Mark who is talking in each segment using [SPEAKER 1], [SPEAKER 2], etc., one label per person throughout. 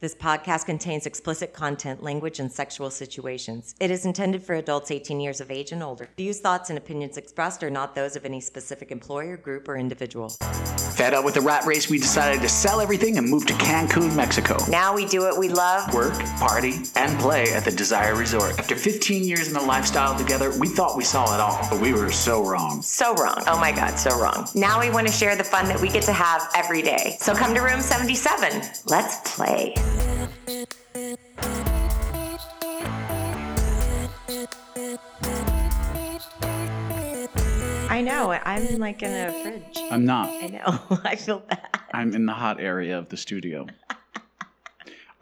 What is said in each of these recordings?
[SPEAKER 1] This podcast contains explicit content, language, and sexual situations. It is intended for adults 18 years of age and older. Views, thoughts, and opinions expressed are not those of any specific employer, group, or individual.
[SPEAKER 2] Fed up with the rat race, we decided to sell everything and move to Cancun, Mexico.
[SPEAKER 1] Now we do what we love.
[SPEAKER 2] Work, party, and play at the Desire Resort. After 15 years in the lifestyle together, we thought we saw it all, but we were so wrong.
[SPEAKER 1] So wrong. Oh my God, so wrong. Now we want to share the fun that we get to have every day. So come to room 77. Let's play. I know. I'm like in a fridge.
[SPEAKER 2] I'm not.
[SPEAKER 1] I know. I feel bad.
[SPEAKER 2] I'm in the hot area of the studio.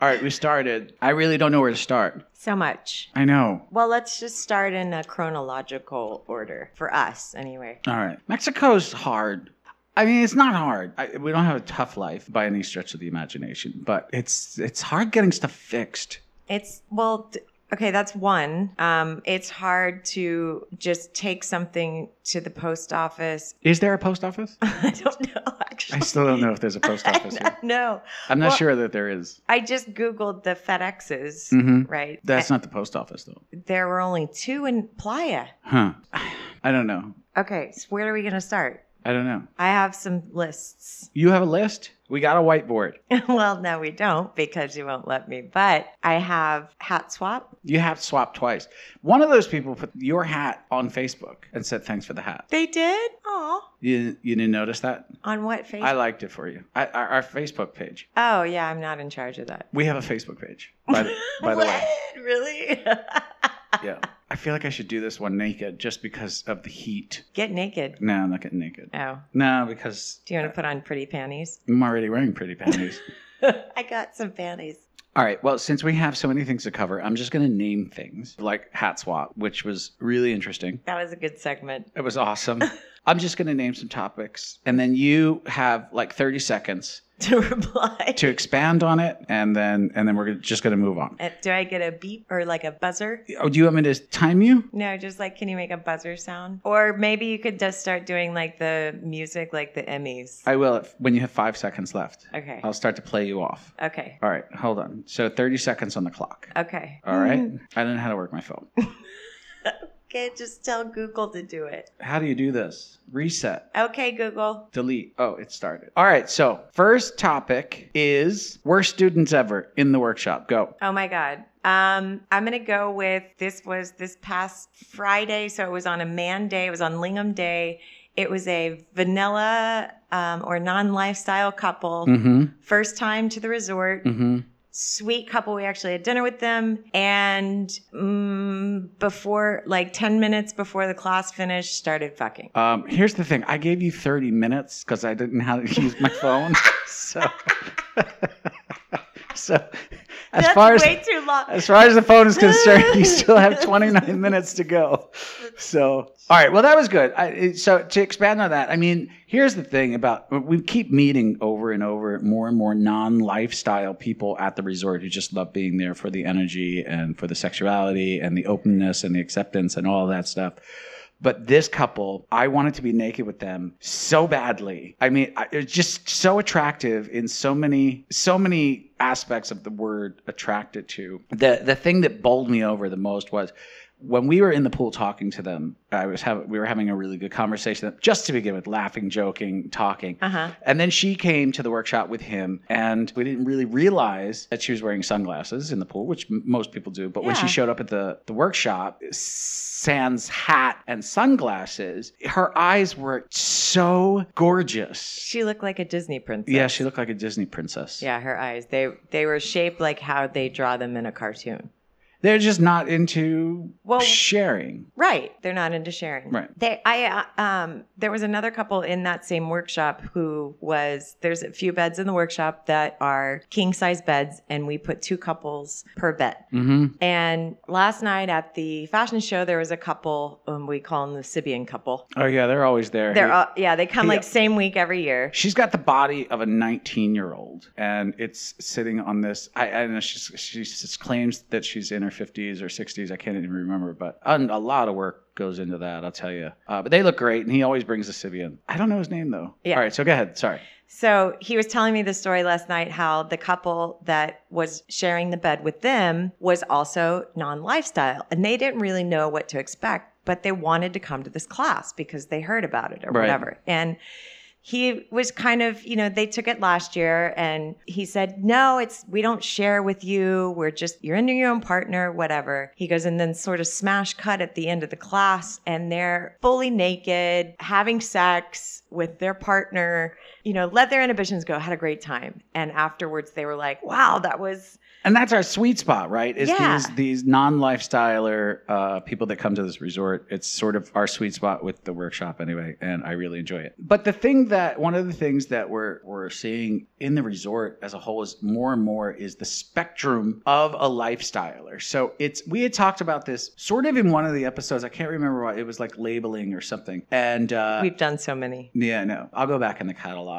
[SPEAKER 2] All right, we started. I really don't know where to start.
[SPEAKER 1] So much.
[SPEAKER 2] I know.
[SPEAKER 1] Well, let's just start in a chronological order for us, anyway.
[SPEAKER 2] All right. Mexico's hard. I mean, it's not hard. I, we don't have a tough life by any stretch of the imagination, but it's it's hard getting stuff fixed.
[SPEAKER 1] It's well, d- okay, that's one. Um, it's hard to just take something to the post office.
[SPEAKER 2] Is there a post office?
[SPEAKER 1] I don't know
[SPEAKER 2] I
[SPEAKER 1] actually.
[SPEAKER 2] still don't know if there's a post office. here.
[SPEAKER 1] no,
[SPEAKER 2] I'm not
[SPEAKER 1] Well-
[SPEAKER 2] sure that there is.
[SPEAKER 1] I just googled the FedExes.
[SPEAKER 2] Mm-hmm.
[SPEAKER 1] Right.
[SPEAKER 2] That's not the post office though.
[SPEAKER 1] there were only two in Playa.
[SPEAKER 2] Huh. I don't know.
[SPEAKER 1] Okay, so where are we gonna start?
[SPEAKER 2] I don't know.
[SPEAKER 1] I have some lists.
[SPEAKER 2] You have a list? We got a whiteboard.
[SPEAKER 1] well, no, we don't because you won't let me. But I have hat swap.
[SPEAKER 2] You have swapped twice. One of those people put your hat on Facebook and said thanks for the hat.
[SPEAKER 1] They did. Oh,
[SPEAKER 2] You, you didn't notice that?
[SPEAKER 1] on what face?
[SPEAKER 2] I liked it for you. I, our, our Facebook page.
[SPEAKER 1] oh, yeah, I'm not in charge of that.
[SPEAKER 2] We have a Facebook page. By the, by the
[SPEAKER 1] what?
[SPEAKER 2] way,
[SPEAKER 1] Really?
[SPEAKER 2] yeah. I feel like I should do this one naked just because of the heat.
[SPEAKER 1] Get naked.
[SPEAKER 2] No, I'm not getting naked.
[SPEAKER 1] Oh,
[SPEAKER 2] No, because
[SPEAKER 1] do you want to put on pretty panties?
[SPEAKER 2] I'm already wearing pretty panties.
[SPEAKER 1] I got some panties.
[SPEAKER 2] All right. Well, since we have so many things to cover, I'm just going to name things like hat swap, which was really interesting.
[SPEAKER 1] That was a good segment.
[SPEAKER 2] It was awesome. I'm just going to name some topics, and then you have like 30 seconds
[SPEAKER 1] To reply.
[SPEAKER 2] to expand on it, and then and then we're gonna- just going to move on.
[SPEAKER 1] Uh, do I get a beep or like a buzzer?
[SPEAKER 2] Oh, do you want me to time you?
[SPEAKER 1] No, just like, can you make a buzzer sound? Or maybe you could just start doing like the music, like the Emmys.
[SPEAKER 2] I will if, when you have five seconds left.
[SPEAKER 1] Okay.
[SPEAKER 2] I'll start to play you off.
[SPEAKER 1] Okay.
[SPEAKER 2] All right, hold on. So 30 seconds on the clock.
[SPEAKER 1] Okay.
[SPEAKER 2] All right. I don't know how to work my phone.
[SPEAKER 1] Okay, just tell Google to do it.
[SPEAKER 2] How do you do this? Reset.
[SPEAKER 1] Okay, Google.
[SPEAKER 2] Delete. Oh, it started. All right. So, first topic is worst students ever in the workshop. Go.
[SPEAKER 1] Oh my God. Um, I'm gonna go with this was this past Friday, so it was on a man day. It was on Lingham Day. It was a vanilla um, or non-lifestyle couple,
[SPEAKER 2] Mm-hmm.
[SPEAKER 1] first time to the resort.
[SPEAKER 2] Mm-hmm.
[SPEAKER 1] sweet couple. We actually had dinner with them. And mm, before, like 10 minutes before the class finished, started fucking.
[SPEAKER 2] Um, here's the thing. I gave you 30 minutes because I didn't know how to use my phone. so, so as
[SPEAKER 1] That's
[SPEAKER 2] far as
[SPEAKER 1] way too long.
[SPEAKER 2] as far as the phone is concerned, you still have 29 minutes to go. So, all right. Well, that was good. I, it- so, to expand on that, I mean, here's the thing about we keep meeting over and over more and more non lifestyle people at the resort who just love being there for the energy and for the sexuality and the openness and the acceptance and all that stuff. But this couple, I wanted to be naked with them so badly. I mean, I- it's just so attractive in so many, so many aspects of the word attracted to. The the thing that bowled me over the most was when we were in the pool talking to them. I was having we were having a really good conversation just to begin with, laughing, joking, talking.
[SPEAKER 1] Uh huh.
[SPEAKER 2] And then she came to the workshop with him, and we didn't really realize that she was wearing sunglasses in the pool, which m- most people do. But when
[SPEAKER 1] Yeah.
[SPEAKER 2] she showed up at the, the workshop, sans hat and sunglasses, her eyes were so gorgeous.
[SPEAKER 1] She looked like a Disney princess.
[SPEAKER 2] Yeah, she looked like a Disney princess.
[SPEAKER 1] Yeah, her eyes. They they were shaped like how they draw them in a cartoon.
[SPEAKER 2] They're just not into
[SPEAKER 1] Well-
[SPEAKER 2] sharing.
[SPEAKER 1] Right. They're not into sharing.
[SPEAKER 2] Right.
[SPEAKER 1] They I uh, um there was another couple in that same workshop who was there's a few beds in the workshop that are king size beds and we put two couples per bed.
[SPEAKER 2] Mm-hmm.
[SPEAKER 1] And last night at the fashion show, there was a couple. Um, we call them the Sibian couple.
[SPEAKER 2] Oh, yeah, they're always there.
[SPEAKER 1] They're all, yeah, they come
[SPEAKER 2] Yeah.
[SPEAKER 1] like same week every year.
[SPEAKER 2] She's got the body of a 19 year old, and it's sitting on this. I, I don't know. She's, she s- claims that she's in her 50s or 60s. I can't even remember, but un- a lot of work goes into that, I'll tell you. Uh, but they look great, and he always brings the Sibian. I don't know his name, though.
[SPEAKER 1] Yeah.
[SPEAKER 2] All right, so go ahead. Sorry.
[SPEAKER 1] So he was telling me the story last night how the couple that was sharing the bed with them was also non lifestyle and they didn't really know what to expect, but they wanted to come to this class because they heard about it or
[SPEAKER 2] Right.
[SPEAKER 1] whatever. And he was kind of, you know, they took it last year and he said, No, it's, we don't share with you. We're just, you're into your own partner, whatever. He goes, and then sort of smash cut at the end of the class and they're fully naked, having sex with their partner, you know, let their inhibitions go, had a great time. And afterwards they were like, Wow, that was,
[SPEAKER 2] And that's our sweet spot, right? Is
[SPEAKER 1] Yeah.
[SPEAKER 2] these these non-lifestyler uh, people that come to this resort. It's sort of our sweet spot with the workshop anyway, and I really enjoy it. But the thing that one of the things that we're we're seeing in the resort as a whole is more and more is the spectrum of a lifestyler. So it's we had talked about this sort of in one of the episodes. I can't remember why it was like labeling or something. And uh,
[SPEAKER 1] we've done so many.
[SPEAKER 2] yeah, no. I'll go back in the catalog.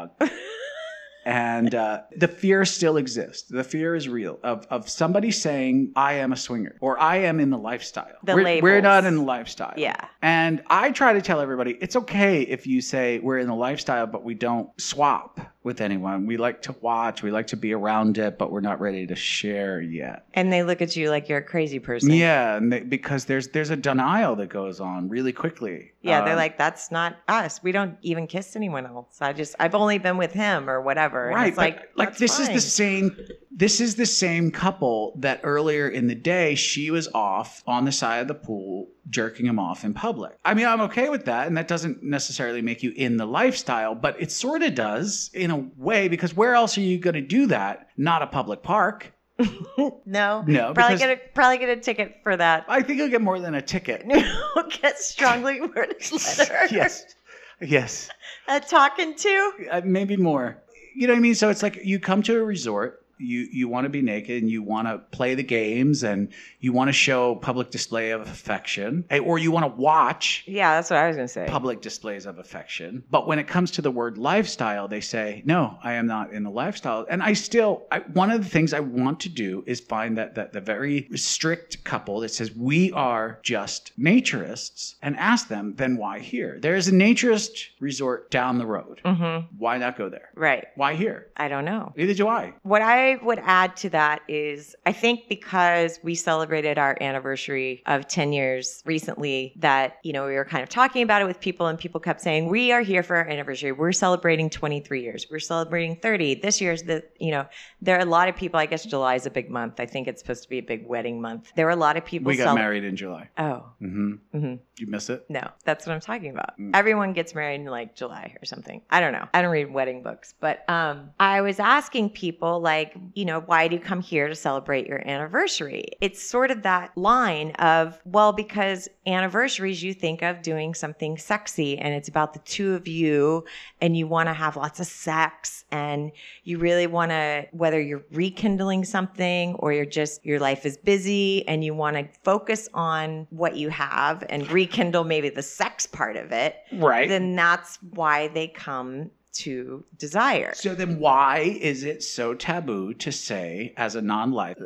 [SPEAKER 2] and uh, the fear still exists. The fear is real of, of somebody saying, I am a swinger or I am in the lifestyle.
[SPEAKER 1] The
[SPEAKER 2] we're, we're
[SPEAKER 1] labels.
[SPEAKER 2] not in the lifestyle.
[SPEAKER 1] Yeah.
[SPEAKER 2] And I try to tell everybody it's okay if you say we're in the lifestyle, but we don't swap with anyone. We like to watch, we like to be around it, but we're not ready to share yet.
[SPEAKER 1] And they look at you like you're a crazy person.
[SPEAKER 2] Yeah, and they, because there's there's a denial that goes on really quickly.
[SPEAKER 1] Yeah, they're
[SPEAKER 2] Um,
[SPEAKER 1] like, that's not us. We don't even kiss anyone else. I just, I've only been with him or whatever. and
[SPEAKER 2] Right,
[SPEAKER 1] it's
[SPEAKER 2] but, uh,
[SPEAKER 1] like,
[SPEAKER 2] like
[SPEAKER 1] that's
[SPEAKER 2] this is
[SPEAKER 1] fine.
[SPEAKER 2] the same. This is the same couple that earlier in the day she was off on the side of the pool jerking him off in public. I mean, I'm okay with that, and that doesn't necessarily make you in the lifestyle, but it sort of does in a way because where else are you going to do that? Not a public park.
[SPEAKER 1] No,
[SPEAKER 2] No,
[SPEAKER 1] probably
[SPEAKER 2] because-
[SPEAKER 1] get a probably get a ticket for that.
[SPEAKER 2] I think you'll get more than a ticket.
[SPEAKER 1] get strongly worded letter.
[SPEAKER 2] yes, yes.
[SPEAKER 1] A talking to.
[SPEAKER 2] uh, maybe more. You know what I mean? So it's like you come to a resort, you you want to be naked and you want to play the games and you want to show public display of affection, eh, or you want to watch
[SPEAKER 1] Yeah, that's what I was gonna say.
[SPEAKER 2] public displays of affection. But when it comes to the word lifestyle, they say, "No, I am not in the lifestyle." And I still I, one of the things I want to do is find that that the very strict couple that says we are just naturists and ask them, "Then why here? There is a naturist resort down the road.
[SPEAKER 1] mm-hmm.
[SPEAKER 2] Why not go there?"
[SPEAKER 1] Right.
[SPEAKER 2] Why here?
[SPEAKER 1] I don't know.
[SPEAKER 2] Neither do I.
[SPEAKER 1] What I would add to that is I think because we celebrated our anniversary of 10 years recently, that, you know, we were kind of talking about it with people and people kept saying, we are here for our anniversary. We're celebrating 23 years. We're celebrating 30. This year's the, you know, there are a lot of people, I guess July is a big month. I think it's supposed to be a big wedding month. There are a lot of people.
[SPEAKER 2] We got
[SPEAKER 1] cele-
[SPEAKER 2] married in July.
[SPEAKER 1] Oh,
[SPEAKER 2] Mm-hmm.
[SPEAKER 1] hmm
[SPEAKER 2] You miss it?
[SPEAKER 1] no, that's what I'm talking about.
[SPEAKER 2] Mm.
[SPEAKER 1] Everyone gets married in like July or something. I don't know. I don't read wedding books, but um, I was asking people, like, you know, why do you come here to celebrate your anniversary? It's sort of that line of, well, because anniversaries, you think of doing something sexy and it's about the two of you and you want to have lots of sex and you really want to whether you're rekindling something or you're just your life is busy and you want to focus on what you have and rekindle maybe the sex part of it
[SPEAKER 2] Right.
[SPEAKER 1] then that's why they come to desire
[SPEAKER 2] so then why is it so taboo to say as a non-life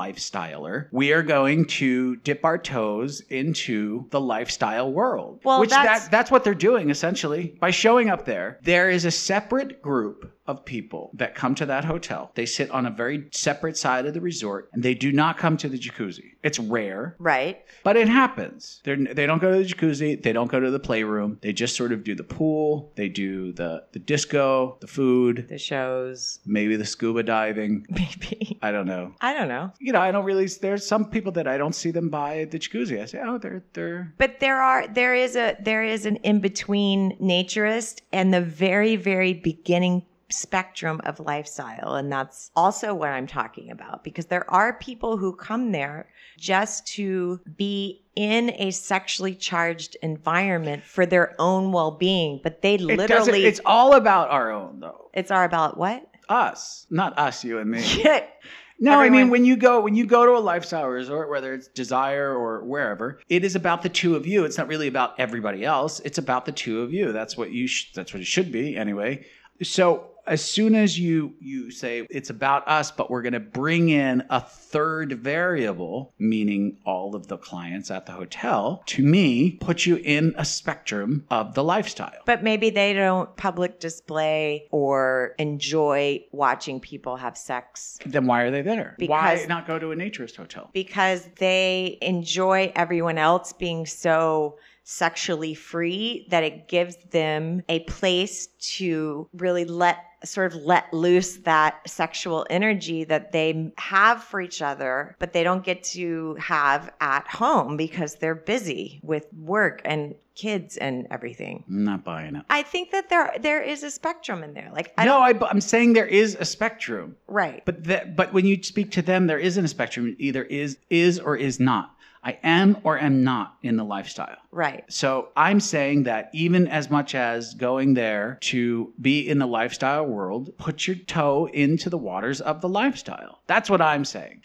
[SPEAKER 2] non-lifestyler, we are going to dip our toes into the lifestyle world?
[SPEAKER 1] Well,
[SPEAKER 2] Which
[SPEAKER 1] that's-
[SPEAKER 2] that, that's what they're doing essentially. By showing up there, there is a separate group of people that come to that hotel. They sit on a very separate side of the resort and they do not come to the jacuzzi. It's rare.
[SPEAKER 1] right
[SPEAKER 2] But it happens. They're, they don't go to the jacuzzi. They don't go to the playroom. They just sort of do the pool. They do the, the disco, the food,
[SPEAKER 1] the shows
[SPEAKER 2] maybe the scuba diving.
[SPEAKER 1] maybe
[SPEAKER 2] I don't know.
[SPEAKER 1] i don't know
[SPEAKER 2] You know, I don't really. There's some people that I don't see them by the jacuzzi. I say, oh, they're they're.
[SPEAKER 1] but there are there is a there is an in between naturist and the very very beginning spectrum of lifestyle and that's also what i'm talking about because there are people who come there just to be in a sexually charged environment for their own well-being but they
[SPEAKER 2] It doesn't-
[SPEAKER 1] literally
[SPEAKER 2] it's all about our own though.
[SPEAKER 1] it's all about what
[SPEAKER 2] Us, not us, you and me. No, I
[SPEAKER 1] Everyone-
[SPEAKER 2] mean when you go when you go to a lifestyle resort, whether it's Desire or wherever, it is about the two of you. It's not really about everybody else. It's about the two of you. That's what you sh- that's what it should be anyway. So as soon as you you say it's about us, but we're going to bring in a third variable, meaning all of the clients at the hotel, to me, puts you in a spectrum of the lifestyle.
[SPEAKER 1] But maybe they don't public display or enjoy watching people have sex
[SPEAKER 2] Then why are they there? why
[SPEAKER 1] Because-
[SPEAKER 2] not go to a naturist hotel?
[SPEAKER 1] because they enjoy everyone else being so sexually free that it gives them a place to really let sort of let loose that sexual energy that they have for each other but they don't get to have at home because they're busy with work and kids and everything.
[SPEAKER 2] I'm not buying it.
[SPEAKER 1] I think that there there is a spectrum in there. Like I
[SPEAKER 2] no,
[SPEAKER 1] don't
[SPEAKER 2] I, I'm saying there is a spectrum.
[SPEAKER 1] right.
[SPEAKER 2] But that, but when you speak to them, there isn't a spectrum. It Either is is or is not. I am or am not in the lifestyle.
[SPEAKER 1] Right.
[SPEAKER 2] So I'm saying that even as much as going there to be in the lifestyle world, put your toe into the waters of the lifestyle. That's what I'm saying.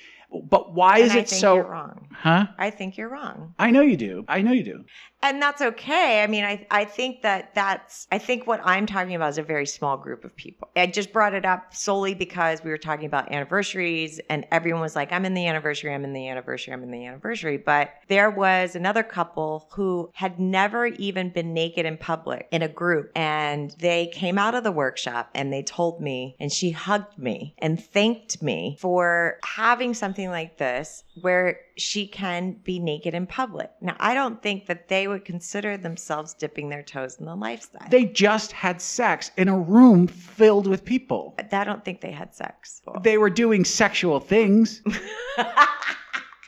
[SPEAKER 2] But why is
[SPEAKER 1] and I
[SPEAKER 2] it
[SPEAKER 1] think
[SPEAKER 2] so?
[SPEAKER 1] you're wrong.
[SPEAKER 2] Huh?
[SPEAKER 1] I think you're wrong.
[SPEAKER 2] I know you do. I know you do.
[SPEAKER 1] and that's okay i mean I, I think that that's i think what i'm talking about is a very small group of people i just brought it up solely because we were talking about anniversaries and everyone was like i'm in the anniversary i'm in the anniversary i'm in the anniversary but there was another couple who had never even been naked in public in a group and they came out of the workshop and they told me and she hugged me and thanked me for having something like this where she can be naked in public. Now, I don't think that they would consider themselves dipping their toes in the lifestyle.
[SPEAKER 2] They just had sex in a room filled with people.
[SPEAKER 1] I don't think they had sex.
[SPEAKER 2] They were doing sexual things.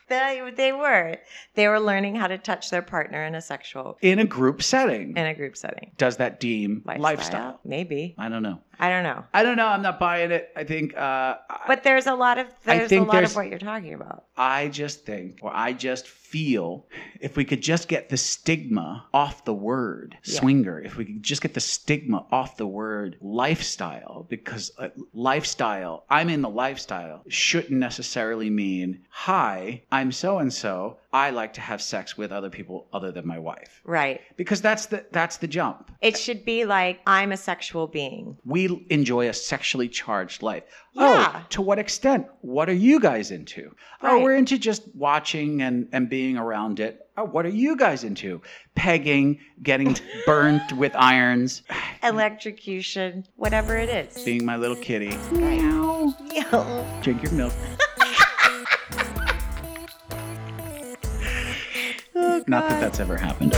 [SPEAKER 1] they, they were. They were learning how to touch their partner in a sexual,
[SPEAKER 2] in a group setting.
[SPEAKER 1] in a group setting.
[SPEAKER 2] Does that deem lifestyle?
[SPEAKER 1] Maybe.
[SPEAKER 2] I don't know.
[SPEAKER 1] I don't know.
[SPEAKER 2] I don't know. I'm not buying it. I think uh, I-
[SPEAKER 1] But there's a lot of
[SPEAKER 2] I
[SPEAKER 1] there's a
[SPEAKER 2] think
[SPEAKER 1] lot
[SPEAKER 2] there's-
[SPEAKER 1] of what you're talking about.
[SPEAKER 2] I just think, or I just feel, if we could just get the stigma off the word
[SPEAKER 1] Yeah.
[SPEAKER 2] swinger, if we could just get the stigma off the word lifestyle, because uh, lifestyle, I'm in the lifestyle, shouldn't necessarily mean, hi, I'm so and so. I like to have sex with other people other than my wife,
[SPEAKER 1] Right.
[SPEAKER 2] because that's the that's the jump.
[SPEAKER 1] It should be like I'm a sexual being.
[SPEAKER 2] we enjoy a sexually charged life.
[SPEAKER 1] Yeah.
[SPEAKER 2] Oh, to what extent? What are you guys into? Oh,
[SPEAKER 1] Right.
[SPEAKER 2] we're into just watching and, and being around it. Oh, what are you guys into? Pegging, getting burnt with irons,
[SPEAKER 1] Electrocution, whatever it is.
[SPEAKER 2] being my little kitty.
[SPEAKER 1] Meow. Meow.
[SPEAKER 2] Drink your milk. Not that that's ever happened.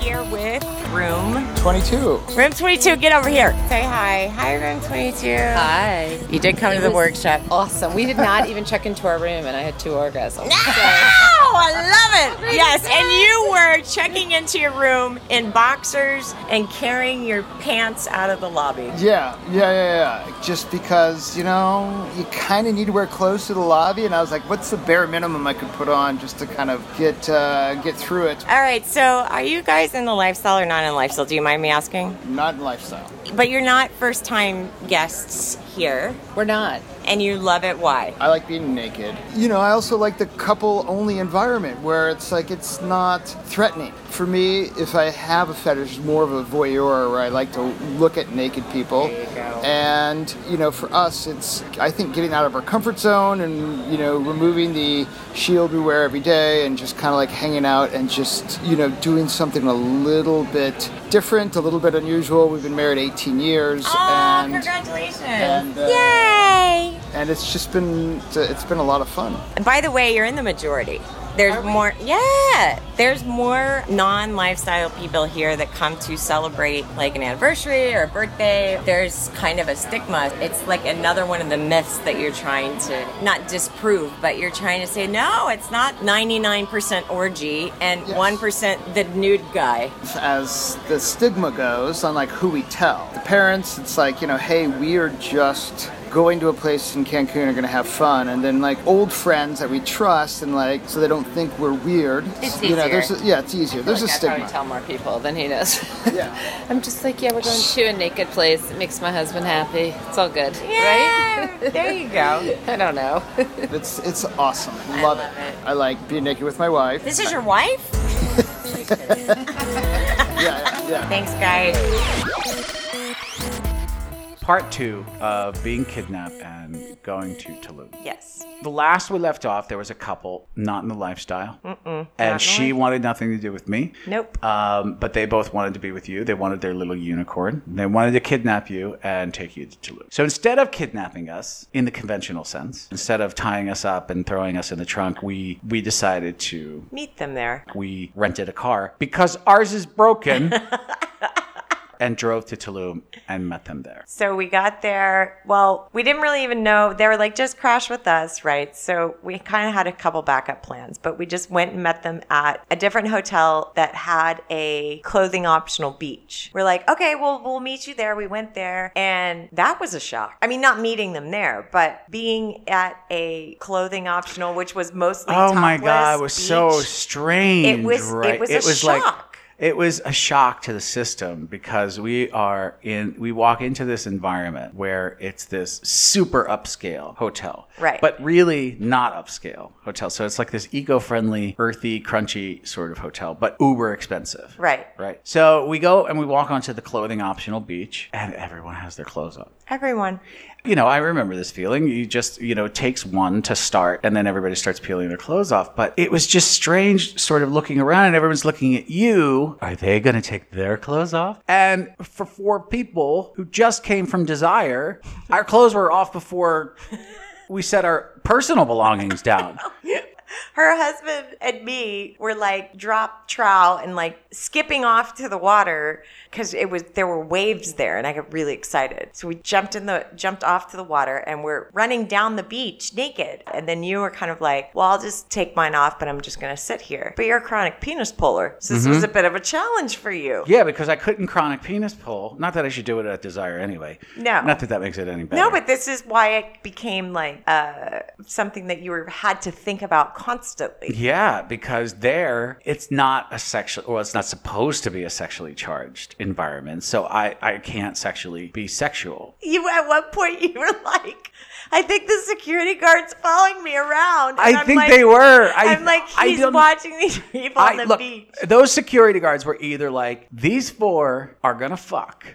[SPEAKER 1] here with room
[SPEAKER 3] 22.
[SPEAKER 4] Room 22, get over here.
[SPEAKER 1] say hi hi room 22
[SPEAKER 5] Hi.
[SPEAKER 4] You did come to the
[SPEAKER 5] was-
[SPEAKER 4] workshop.
[SPEAKER 5] Awesome. We did not even check into our room, and I had two orgasms.
[SPEAKER 4] Oh, I love it. Yes, and you were checking into your room in boxers and carrying your pants out of the lobby.
[SPEAKER 3] Yeah, yeah, yeah, yeah. Just because, you know, you kind of need to wear clothes to the lobby, and I was like, what's the bare minimum I could put on just to kind of get uh, get through it?
[SPEAKER 4] All right, so are you guys in the lifestyle or not in lifestyle? Do you mind me asking?
[SPEAKER 3] Not in lifestyle.
[SPEAKER 4] But you're not first time guests here
[SPEAKER 5] We're not.
[SPEAKER 4] and you love it. Why?
[SPEAKER 3] I like being naked. You know, I also like the couple only environment where it's like it's not threatening. For me, if I have a fetish, it's more of a voyeur where I like to look at naked people. And, you know, for us, it's, I think, getting out of our comfort zone and, you know, removing the shield we wear every day and just kind of like hanging out and just, you know, doing something a little bit different, a little bit unusual. We've been married 18 years.
[SPEAKER 4] Oh,
[SPEAKER 3] and,
[SPEAKER 4] congratulations.
[SPEAKER 3] and, uh,
[SPEAKER 4] Yay!
[SPEAKER 3] and it's just been, it's been a lot of fun.
[SPEAKER 4] And By the way, you're in the majority. There's more, yeah. There's more non-lifestyle people here that come to celebrate like an anniversary or a birthday. There's kind of a stigma. It's like another one of the myths that you're trying to not disprove, but you're trying to say no, it's not 99% orgy and
[SPEAKER 3] Yes.
[SPEAKER 4] 1% the nude guy.
[SPEAKER 3] as the stigma goes on like who we tell the parents it's like you know hey we are just going to a place in cancun are going to have fun and then like old friends that we trust and like so they don't think we're weird
[SPEAKER 5] It's
[SPEAKER 3] you know
[SPEAKER 5] easier.
[SPEAKER 3] there's a, yeah it's easier there's
[SPEAKER 5] Like,
[SPEAKER 3] a
[SPEAKER 5] I
[SPEAKER 3] stigma
[SPEAKER 5] probably tell more people than he does.
[SPEAKER 3] Yeah.
[SPEAKER 5] I'm just like, yeah, we're going to a naked place. It makes my husband happy. It's all good,
[SPEAKER 4] Yeah, there you go.
[SPEAKER 5] right? I don't know.
[SPEAKER 3] it's it's awesome I love,
[SPEAKER 4] love
[SPEAKER 3] it.
[SPEAKER 4] it.
[SPEAKER 3] i like being naked with my wife
[SPEAKER 4] This is your wife?
[SPEAKER 3] yeah yeah, yeah.
[SPEAKER 4] Thanks, guys.
[SPEAKER 2] part two of being kidnapped and going to Tulum.
[SPEAKER 1] Yes.
[SPEAKER 2] The last we left off, there was a couple not in the lifestyle, and she wanted nothing to do with me.
[SPEAKER 1] Nope.
[SPEAKER 2] Um, but they both wanted to be with you. They wanted their little unicorn. They wanted to kidnap you and take you to Tulum. So instead of kidnapping us in the conventional sense, instead of tying us up and throwing us in the trunk, we we decided to
[SPEAKER 1] Meet them there.
[SPEAKER 2] we rented a car because ours is broken. And drove to Tulum and met them there.
[SPEAKER 1] So we got there. Well, we didn't really even know. They were like, just crash with us, right? So we kind of had a couple backup plans, but we just went and met them at a different hotel that had a clothing optional beach. We're like, okay, well, we'll meet you there. We went there, and that was a shock. I mean, not meeting them there, but being at a clothing optional, which was mostly
[SPEAKER 2] Oh my god,
[SPEAKER 1] topless
[SPEAKER 2] it was so
[SPEAKER 1] beach.
[SPEAKER 2] strange.
[SPEAKER 1] It was- it
[SPEAKER 2] right?
[SPEAKER 1] was a shock.
[SPEAKER 2] it was a shock to the system because we are in we walk into this environment where it's this super upscale hotel.
[SPEAKER 1] Right.
[SPEAKER 2] But really not upscale hotel. So it's like this eco-friendly, earthy, crunchy sort of hotel, but uber expensive.
[SPEAKER 1] Right.
[SPEAKER 2] Right. So we go and we walk onto the clothing optional beach and everyone has their clothes on
[SPEAKER 1] Everyone.
[SPEAKER 2] you know, I remember this feeling. You just, you know, it takes one to start and then everybody starts peeling their clothes off. But it was just strange sort of looking around and everyone's looking at you. Are they going to take their clothes off? And for four people who just came from Desire, our clothes were off before we set our personal belongings down.
[SPEAKER 1] her husband and me were like drop trowel and like skipping off to the water because it was there were waves there and I got really excited. So we jumped in the jumped off to the water and we're running down the beach naked. And then you were kind of like, well, I'll just take mine off, but I'm just gonna sit here. But you're a chronic penis puller, so this was a bit of a challenge for you.
[SPEAKER 2] Yeah, because I couldn't chronic penis pull. Not that I should do it at Desire anyway.
[SPEAKER 1] No.
[SPEAKER 2] Not that that makes it any better.
[SPEAKER 1] No, but this is why it became like uh, something that you were had to think about constantly.
[SPEAKER 2] Yeah, because there it's not a sexual, well, it's not supposed to be a sexually charged environment. So I, I can't sexually be sexual.
[SPEAKER 1] you at one point you were like, I think the security guard's following me around. And
[SPEAKER 2] I
[SPEAKER 1] I'm
[SPEAKER 2] think
[SPEAKER 1] like-
[SPEAKER 2] they were. I,
[SPEAKER 1] I'm like,
[SPEAKER 2] I
[SPEAKER 1] he's
[SPEAKER 2] don't-
[SPEAKER 1] watching these people
[SPEAKER 2] I-
[SPEAKER 1] on the
[SPEAKER 2] look,
[SPEAKER 1] beach.
[SPEAKER 2] those security guards were either like, these four are gonna fuck,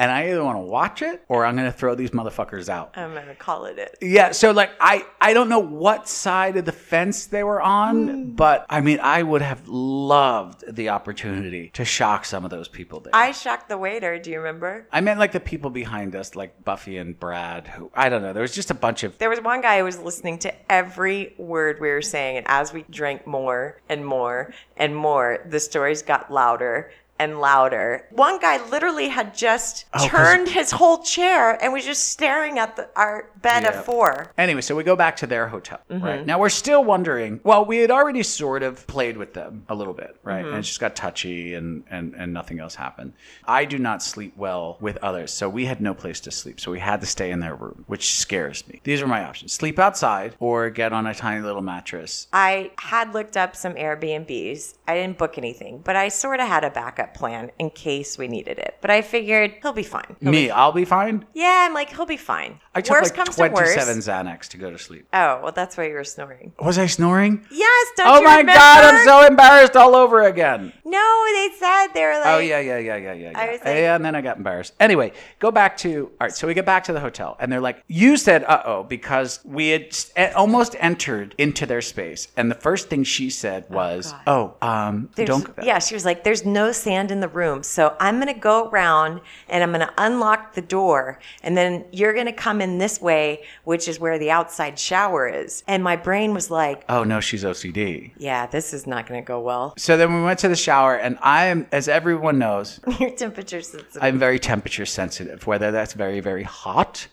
[SPEAKER 2] and I either want to watch it or I'm gonna throw these motherfuckers out.
[SPEAKER 1] I'm gonna call it it.
[SPEAKER 2] Yeah, so like I I don't know what side of the fence they were
[SPEAKER 1] Hmm.
[SPEAKER 2] on, but I mean I would have loved the opportunity to shock some of those people there.
[SPEAKER 1] I shocked the waiter. Do you remember?
[SPEAKER 2] I meant like the people behind us, like Buffy and Brad, who I don't know. There was just a bunch of
[SPEAKER 1] There was one guy who was listening to every word we were saying, and as we drank more and more and more, the stories got louder and louder. One guy literally had just
[SPEAKER 2] Oh, 'cause-
[SPEAKER 1] turned his whole chair and was just staring at the, our bed
[SPEAKER 2] Yeah.
[SPEAKER 1] of four.
[SPEAKER 2] Anyway, so we go back to their hotel,
[SPEAKER 1] Mm-hmm.
[SPEAKER 2] right? Now we're still wondering. Well, we had already sort of played with them a little bit, right?
[SPEAKER 1] Mm-hmm.
[SPEAKER 2] And it just got touchy, and and and nothing else happened. I do not sleep well with others, so we had no place to sleep, so we had to stay in their room, which scares me. These are my options: sleep outside or get on a tiny little mattress.
[SPEAKER 1] I had looked up some Airbnbs. I didn't book anything, but I sort of had a backup plan in case we needed it. But I figured he'll be fine. He'll
[SPEAKER 2] Me,
[SPEAKER 1] be-
[SPEAKER 2] I'll be fine.
[SPEAKER 1] yeah, I'm like he'll be fine.
[SPEAKER 2] I took
[SPEAKER 1] worst
[SPEAKER 2] like
[SPEAKER 1] comes to worst.
[SPEAKER 2] twenty-seven Xanax to go to sleep.
[SPEAKER 1] Oh well, that's why you were snoring.
[SPEAKER 2] Was I snoring?
[SPEAKER 1] Yes, don't
[SPEAKER 2] Oh
[SPEAKER 1] you
[SPEAKER 2] my
[SPEAKER 1] remember?
[SPEAKER 2] god, I'm so embarrassed all over again.
[SPEAKER 1] No, they said they were like.
[SPEAKER 2] oh yeah, yeah, yeah, yeah, yeah. yeah.
[SPEAKER 1] I was like-
[SPEAKER 2] yeah, and then I got embarrassed. Anyway, go back to all right. So we get back to the hotel, and they're like, "You said uh oh because we had s- e- almost entered into their space, and the first thing she said was, "Oh, um,
[SPEAKER 1] There's,
[SPEAKER 2] don't." go-
[SPEAKER 1] yeah, she was like, "There's no sand in the room, so I'm gonna go around and I'm gonna unlock the door, and then you're gonna come in this way, which is where the outside shower is." And my brain was like,
[SPEAKER 2] Oh no, she's OCD.
[SPEAKER 1] "Yeah, this is not gonna go well."
[SPEAKER 2] So then we went to the shower, and I am, as everyone knows,
[SPEAKER 1] Your temperature sensitive.
[SPEAKER 2] I'm very temperature sensitive, whether that's very, very hot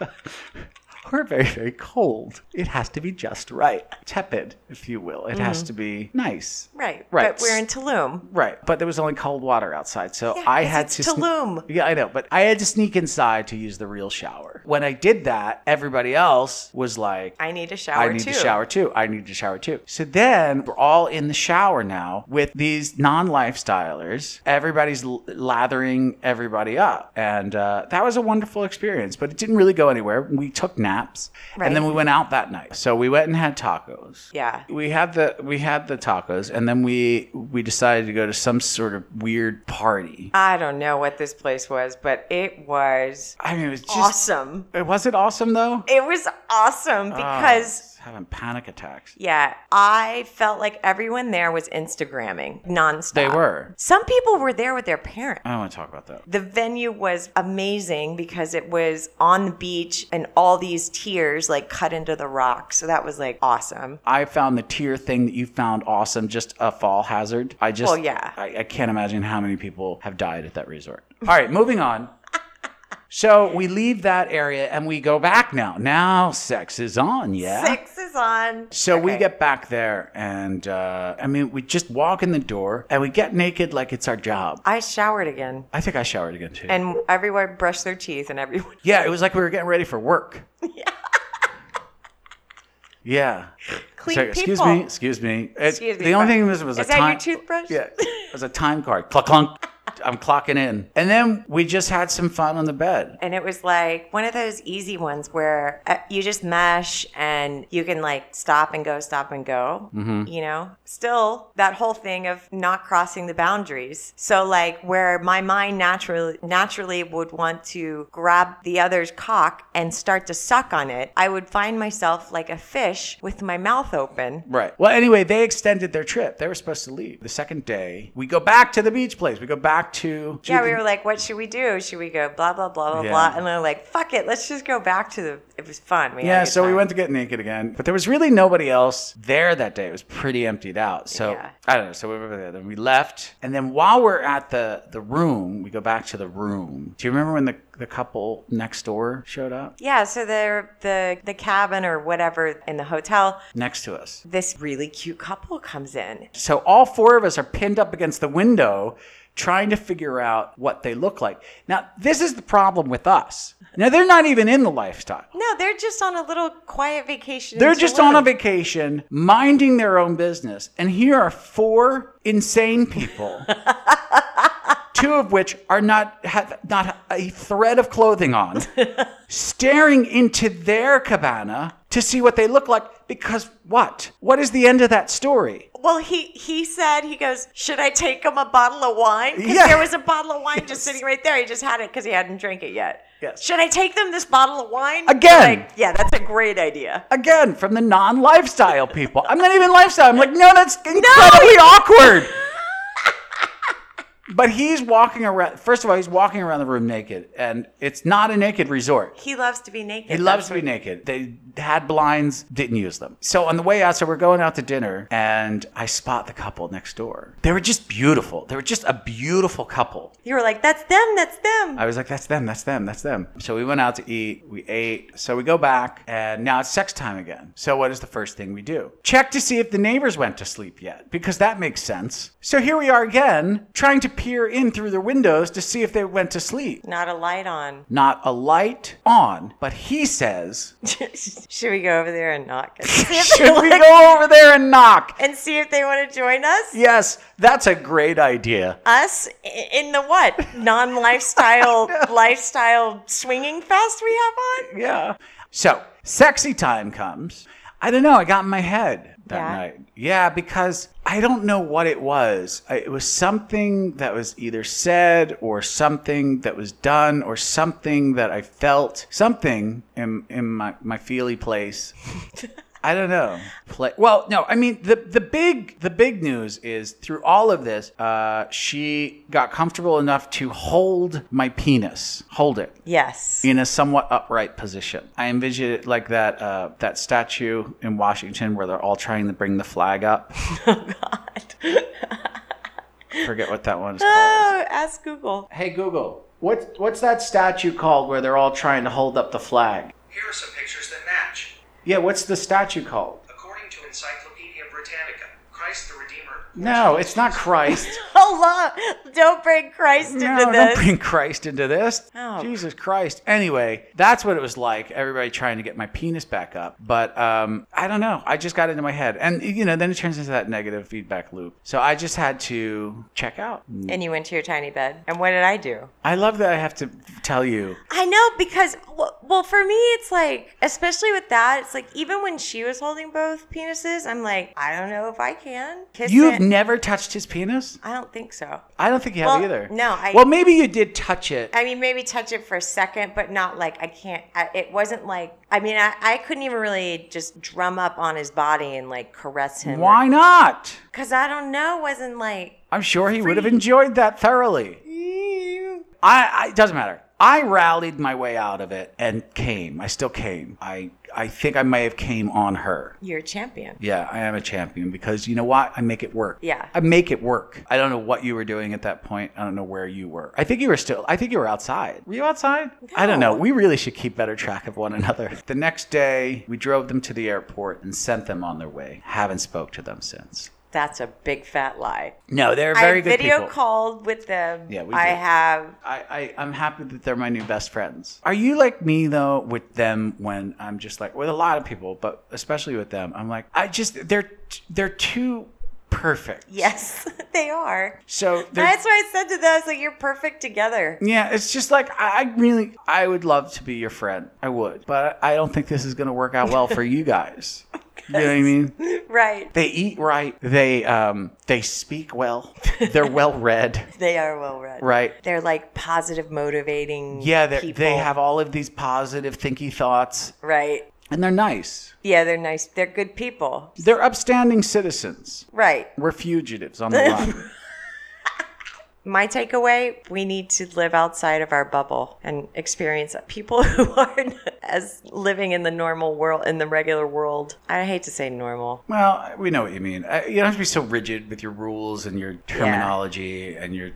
[SPEAKER 2] or very, very cold. It has to be just right. Tepid, if you will. It has to be nice.
[SPEAKER 1] Mm-hmm. right,
[SPEAKER 2] Right.
[SPEAKER 1] But we're in Tulum.
[SPEAKER 2] Right, but there was only cold water outside, so
[SPEAKER 1] Yeah,
[SPEAKER 2] I
[SPEAKER 1] 'cause
[SPEAKER 2] had
[SPEAKER 1] it's
[SPEAKER 2] to sne-
[SPEAKER 1] Tulum.
[SPEAKER 2] yeah, I know, but I had to sneak inside to use the real shower. When I did that, everybody else was like,
[SPEAKER 1] I need a shower
[SPEAKER 2] I need
[SPEAKER 1] too.
[SPEAKER 2] to shower too. I need to shower too. So then we're all in the shower now with these non-lifestylers. Everybody's l- lathering everybody up, and uh, that was a wonderful experience. But it didn't really go anywhere. We took maps.
[SPEAKER 4] Right.
[SPEAKER 2] And then we went out that night. So we went and had tacos.
[SPEAKER 4] Yeah.
[SPEAKER 2] We had the we had the tacos and then we we decided to go to some sort of weird party.
[SPEAKER 4] I don't know what this place was, but it was
[SPEAKER 2] I mean it was just
[SPEAKER 4] awesome.
[SPEAKER 2] It was it awesome though?
[SPEAKER 4] It was awesome because
[SPEAKER 2] Oh, having panic attacks.
[SPEAKER 4] Yeah, I felt like everyone there was Instagramming nonstop.
[SPEAKER 2] They were.
[SPEAKER 4] Some people were there with their parents.
[SPEAKER 2] I don't want to talk about that.
[SPEAKER 4] The venue was amazing because it was on the beach and all these tiers like cut into the rock. So that was like awesome.
[SPEAKER 2] I found the tier thing that you found awesome, just a fall hazard. I just,
[SPEAKER 4] Well, yeah.
[SPEAKER 2] I, I can't imagine how many people have died at that resort. All right, moving on. So we leave that area and we go back now. Now sex is on, yeah.
[SPEAKER 4] Six is on.
[SPEAKER 2] So we
[SPEAKER 4] Okay.
[SPEAKER 2] get back there, and uh, I mean, we just walk in the door and we get naked like it's our job.
[SPEAKER 4] I showered again.
[SPEAKER 2] I think I showered again too.
[SPEAKER 4] And everyone brushed their teeth and everyone.
[SPEAKER 2] yeah, it was like we were getting ready for work. Yeah.
[SPEAKER 4] Clean
[SPEAKER 2] Sorry,
[SPEAKER 4] people.
[SPEAKER 2] excuse me, excuse me. It-
[SPEAKER 4] Excuse me,
[SPEAKER 2] The only
[SPEAKER 4] but-
[SPEAKER 2] thing was was
[SPEAKER 4] Is
[SPEAKER 2] a
[SPEAKER 4] that your
[SPEAKER 2] time.
[SPEAKER 4] toothbrush?
[SPEAKER 2] Yeah, it was a time card. Clunk, clunk. I'm clocking in, and then we just had some fun on the bed.
[SPEAKER 4] And it was like one of those easy ones where uh, you just mesh and you can like stop and go, stop and go.
[SPEAKER 2] Mm-hmm.
[SPEAKER 4] You know, still that whole thing of not crossing the boundaries. So like where my mind naturally naturally would want to grab the other's cock and start to suck on it, I would find myself like a fish with my mouth open.
[SPEAKER 2] Right. Well, anyway, they extended their trip. They were supposed to leave the second day. We go back to the beach place. We go back to
[SPEAKER 4] Yeah, we were like, what should we do? Should we go blah blah blah blah
[SPEAKER 2] Yeah.
[SPEAKER 4] blah? And they're like, fuck it, let's just go back to the. It was fun. We had a
[SPEAKER 2] Yeah,
[SPEAKER 4] good
[SPEAKER 2] so we
[SPEAKER 4] time.
[SPEAKER 2] went to get naked again, but there was really nobody else there that day. It was pretty emptied out. So
[SPEAKER 4] Yeah.
[SPEAKER 2] I don't know. So we were there. Then we left, and then while we're at the the room, we go back to the room. Do you remember when the the couple next door showed up
[SPEAKER 4] Yeah, so the the the cabin or whatever in the hotel,
[SPEAKER 2] next to us?
[SPEAKER 4] this really cute couple comes in.
[SPEAKER 2] So all four of us are pinned up against the window trying to figure out what they look like. Now, this is the problem with us. Now, they're not even in the lifestyle.
[SPEAKER 4] No, they're just on a little quiet vacation. in
[SPEAKER 2] They're just on a
[SPEAKER 4] Tulum.
[SPEAKER 2] vacation, minding their own business. And here are four insane people. Two of which are not have not a thread of clothing on, staring into their cabana to see what they look like. Because what? What is the end of that story?
[SPEAKER 4] Well, he he said he goes, "Should I take him a bottle of wine?" Because
[SPEAKER 2] Yeah.
[SPEAKER 4] there was a bottle of wine just sitting right there. He just had it because he hadn't drank it yet.
[SPEAKER 2] Yes.
[SPEAKER 4] Should I take them this bottle of wine
[SPEAKER 2] Again.
[SPEAKER 4] Like, yeah, that's a great idea.
[SPEAKER 2] again from the non-lifestyle people. I'm not even lifestyle. I'm like, no, that's incredibly awkward. But he's walking around. First of all, he's walking around the room naked, and it's not a naked resort.
[SPEAKER 4] He loves to be naked.
[SPEAKER 2] He loves to be naked. They had blinds, didn't use them. So on the way out, so we're going out to dinner, and I spot the couple next door. They were just beautiful. They were just a beautiful couple.
[SPEAKER 4] You were like, "That's them. That's them."
[SPEAKER 2] I was like, that's them, that's them, that's them. So we went out to eat, we ate. So we go back, and now it's sex time again. So what is the first thing we do? Check to see if the neighbors went to sleep yet, because that makes sense. So here we are again, trying to peer in through the windows to see if they went to sleep.
[SPEAKER 4] Not a light on.
[SPEAKER 2] Not a light on, but he says,
[SPEAKER 4] Should we go over there and knock? And see if they
[SPEAKER 2] should we
[SPEAKER 4] wanna-
[SPEAKER 2] go over there and knock?
[SPEAKER 4] and see if they want to join us?
[SPEAKER 2] Yes, that's a great idea.
[SPEAKER 4] us i- in the what non-lifestyle lifestyle swinging fest we have on
[SPEAKER 2] Yeah. So, sexy time comes. I don't know. I got in my head that
[SPEAKER 4] Yeah?
[SPEAKER 2] night. Yeah, because I don't know what it was. I, it was something that was either said or something that was done or something that I felt, something in, in my, my feely place. I don't know. Play. Well, no. I mean, the the big the big news is through all of this, uh, she got comfortable enough to hold my penis, hold it
[SPEAKER 4] yes
[SPEAKER 2] in a somewhat upright position. I envision it like that uh, that statue in Washington where they're all trying to bring the flag up. Oh God! Forget what that one is called.
[SPEAKER 4] oh ask google
[SPEAKER 2] Hey Google, what's what's that statue called where they're all trying to hold up the flag?
[SPEAKER 6] Here are some pictures that match.
[SPEAKER 2] Yeah, what's the statue called?
[SPEAKER 6] According to Encyclopedia Britannica, Christ the Redeemer,
[SPEAKER 2] No, it's not Christ.
[SPEAKER 4] Oh, love. Don't bring Christ into
[SPEAKER 2] no,
[SPEAKER 4] this.
[SPEAKER 2] don't bring Christ into this.
[SPEAKER 4] Oh.
[SPEAKER 2] Jesus Christ. Anyway, that's what it was like. Everybody trying to get my penis back up, but um, I don't know. I just got it into my head, and you know, then it turns into that negative feedback loop. So I just had to check out.
[SPEAKER 4] and you went to your tiny bed. And what did I do?
[SPEAKER 2] I love that I have to tell you.
[SPEAKER 4] I know because w- well for me it's like especially with that it's like even when she was holding both penises I'm like I don't know if I can kiss
[SPEAKER 2] You've
[SPEAKER 4] it.
[SPEAKER 2] never touched his penis?
[SPEAKER 4] I don't think so.
[SPEAKER 2] I don't think you have
[SPEAKER 4] Well,
[SPEAKER 2] either.
[SPEAKER 4] no, I-
[SPEAKER 2] well, maybe you did touch it.
[SPEAKER 4] I mean maybe touch it for a second but not like I can't I, it wasn't like I mean I, I couldn't even really just drum up on his body and like caress him
[SPEAKER 2] Why not?
[SPEAKER 4] cuz I don't know wasn't like
[SPEAKER 2] I'm sure he would have enjoyed that thoroughly. I, I it doesn't matter. I rallied my way out of it and came. I still came. I I think I may have came on her.
[SPEAKER 4] you're a champion.
[SPEAKER 2] Yeah, I am a champion because you know what? I make it work.
[SPEAKER 4] Yeah.
[SPEAKER 2] I make it work. I don't know what you were doing at that point. I don't know where you were. I think you were still I think you were outside. Were you outside? I don't know. We really should keep better track of one another. The next day, we drove them to the airport and sent them on their way. Haven't spoke to them since.
[SPEAKER 4] That's a big fat lie.
[SPEAKER 2] No, they're very
[SPEAKER 4] I
[SPEAKER 2] good
[SPEAKER 4] video
[SPEAKER 2] people.
[SPEAKER 4] called with them.
[SPEAKER 2] Yeah, we
[SPEAKER 4] I
[SPEAKER 2] did.
[SPEAKER 4] have
[SPEAKER 2] I, I, I'm happy that they're my new best friends. Are you like me though with them when I'm just like with a lot of people, but especially with them, I'm like I just they're they're too perfect.
[SPEAKER 4] yes they are.
[SPEAKER 2] So they're-
[SPEAKER 4] That's why I said to them, I was like, you're perfect together.
[SPEAKER 2] yeah, it's just like I I really I would love to be your friend. I would, but I don't think this is gonna work out well for you guys. You know what I mean?
[SPEAKER 4] Right.
[SPEAKER 2] They eat right. They um they speak well. They're well read.
[SPEAKER 4] They are well read.
[SPEAKER 2] Right.
[SPEAKER 4] They're like positive, motivating.
[SPEAKER 2] Yeah, they
[SPEAKER 4] people.
[SPEAKER 2] they have all of these positive thinky thoughts,
[SPEAKER 4] Right.
[SPEAKER 2] and they're nice.
[SPEAKER 4] Yeah, they're nice. They're good people.
[SPEAKER 2] They're upstanding citizens.
[SPEAKER 4] Right.
[SPEAKER 2] We're fugitives on the run.
[SPEAKER 4] My takeaway we need to live outside of our bubble and experience people who aren't as living in the normal world, in the regular world. I hate to say normal.
[SPEAKER 2] well, we know what you mean. Uh, You don't have to be so rigid with your rules and your terminology and your.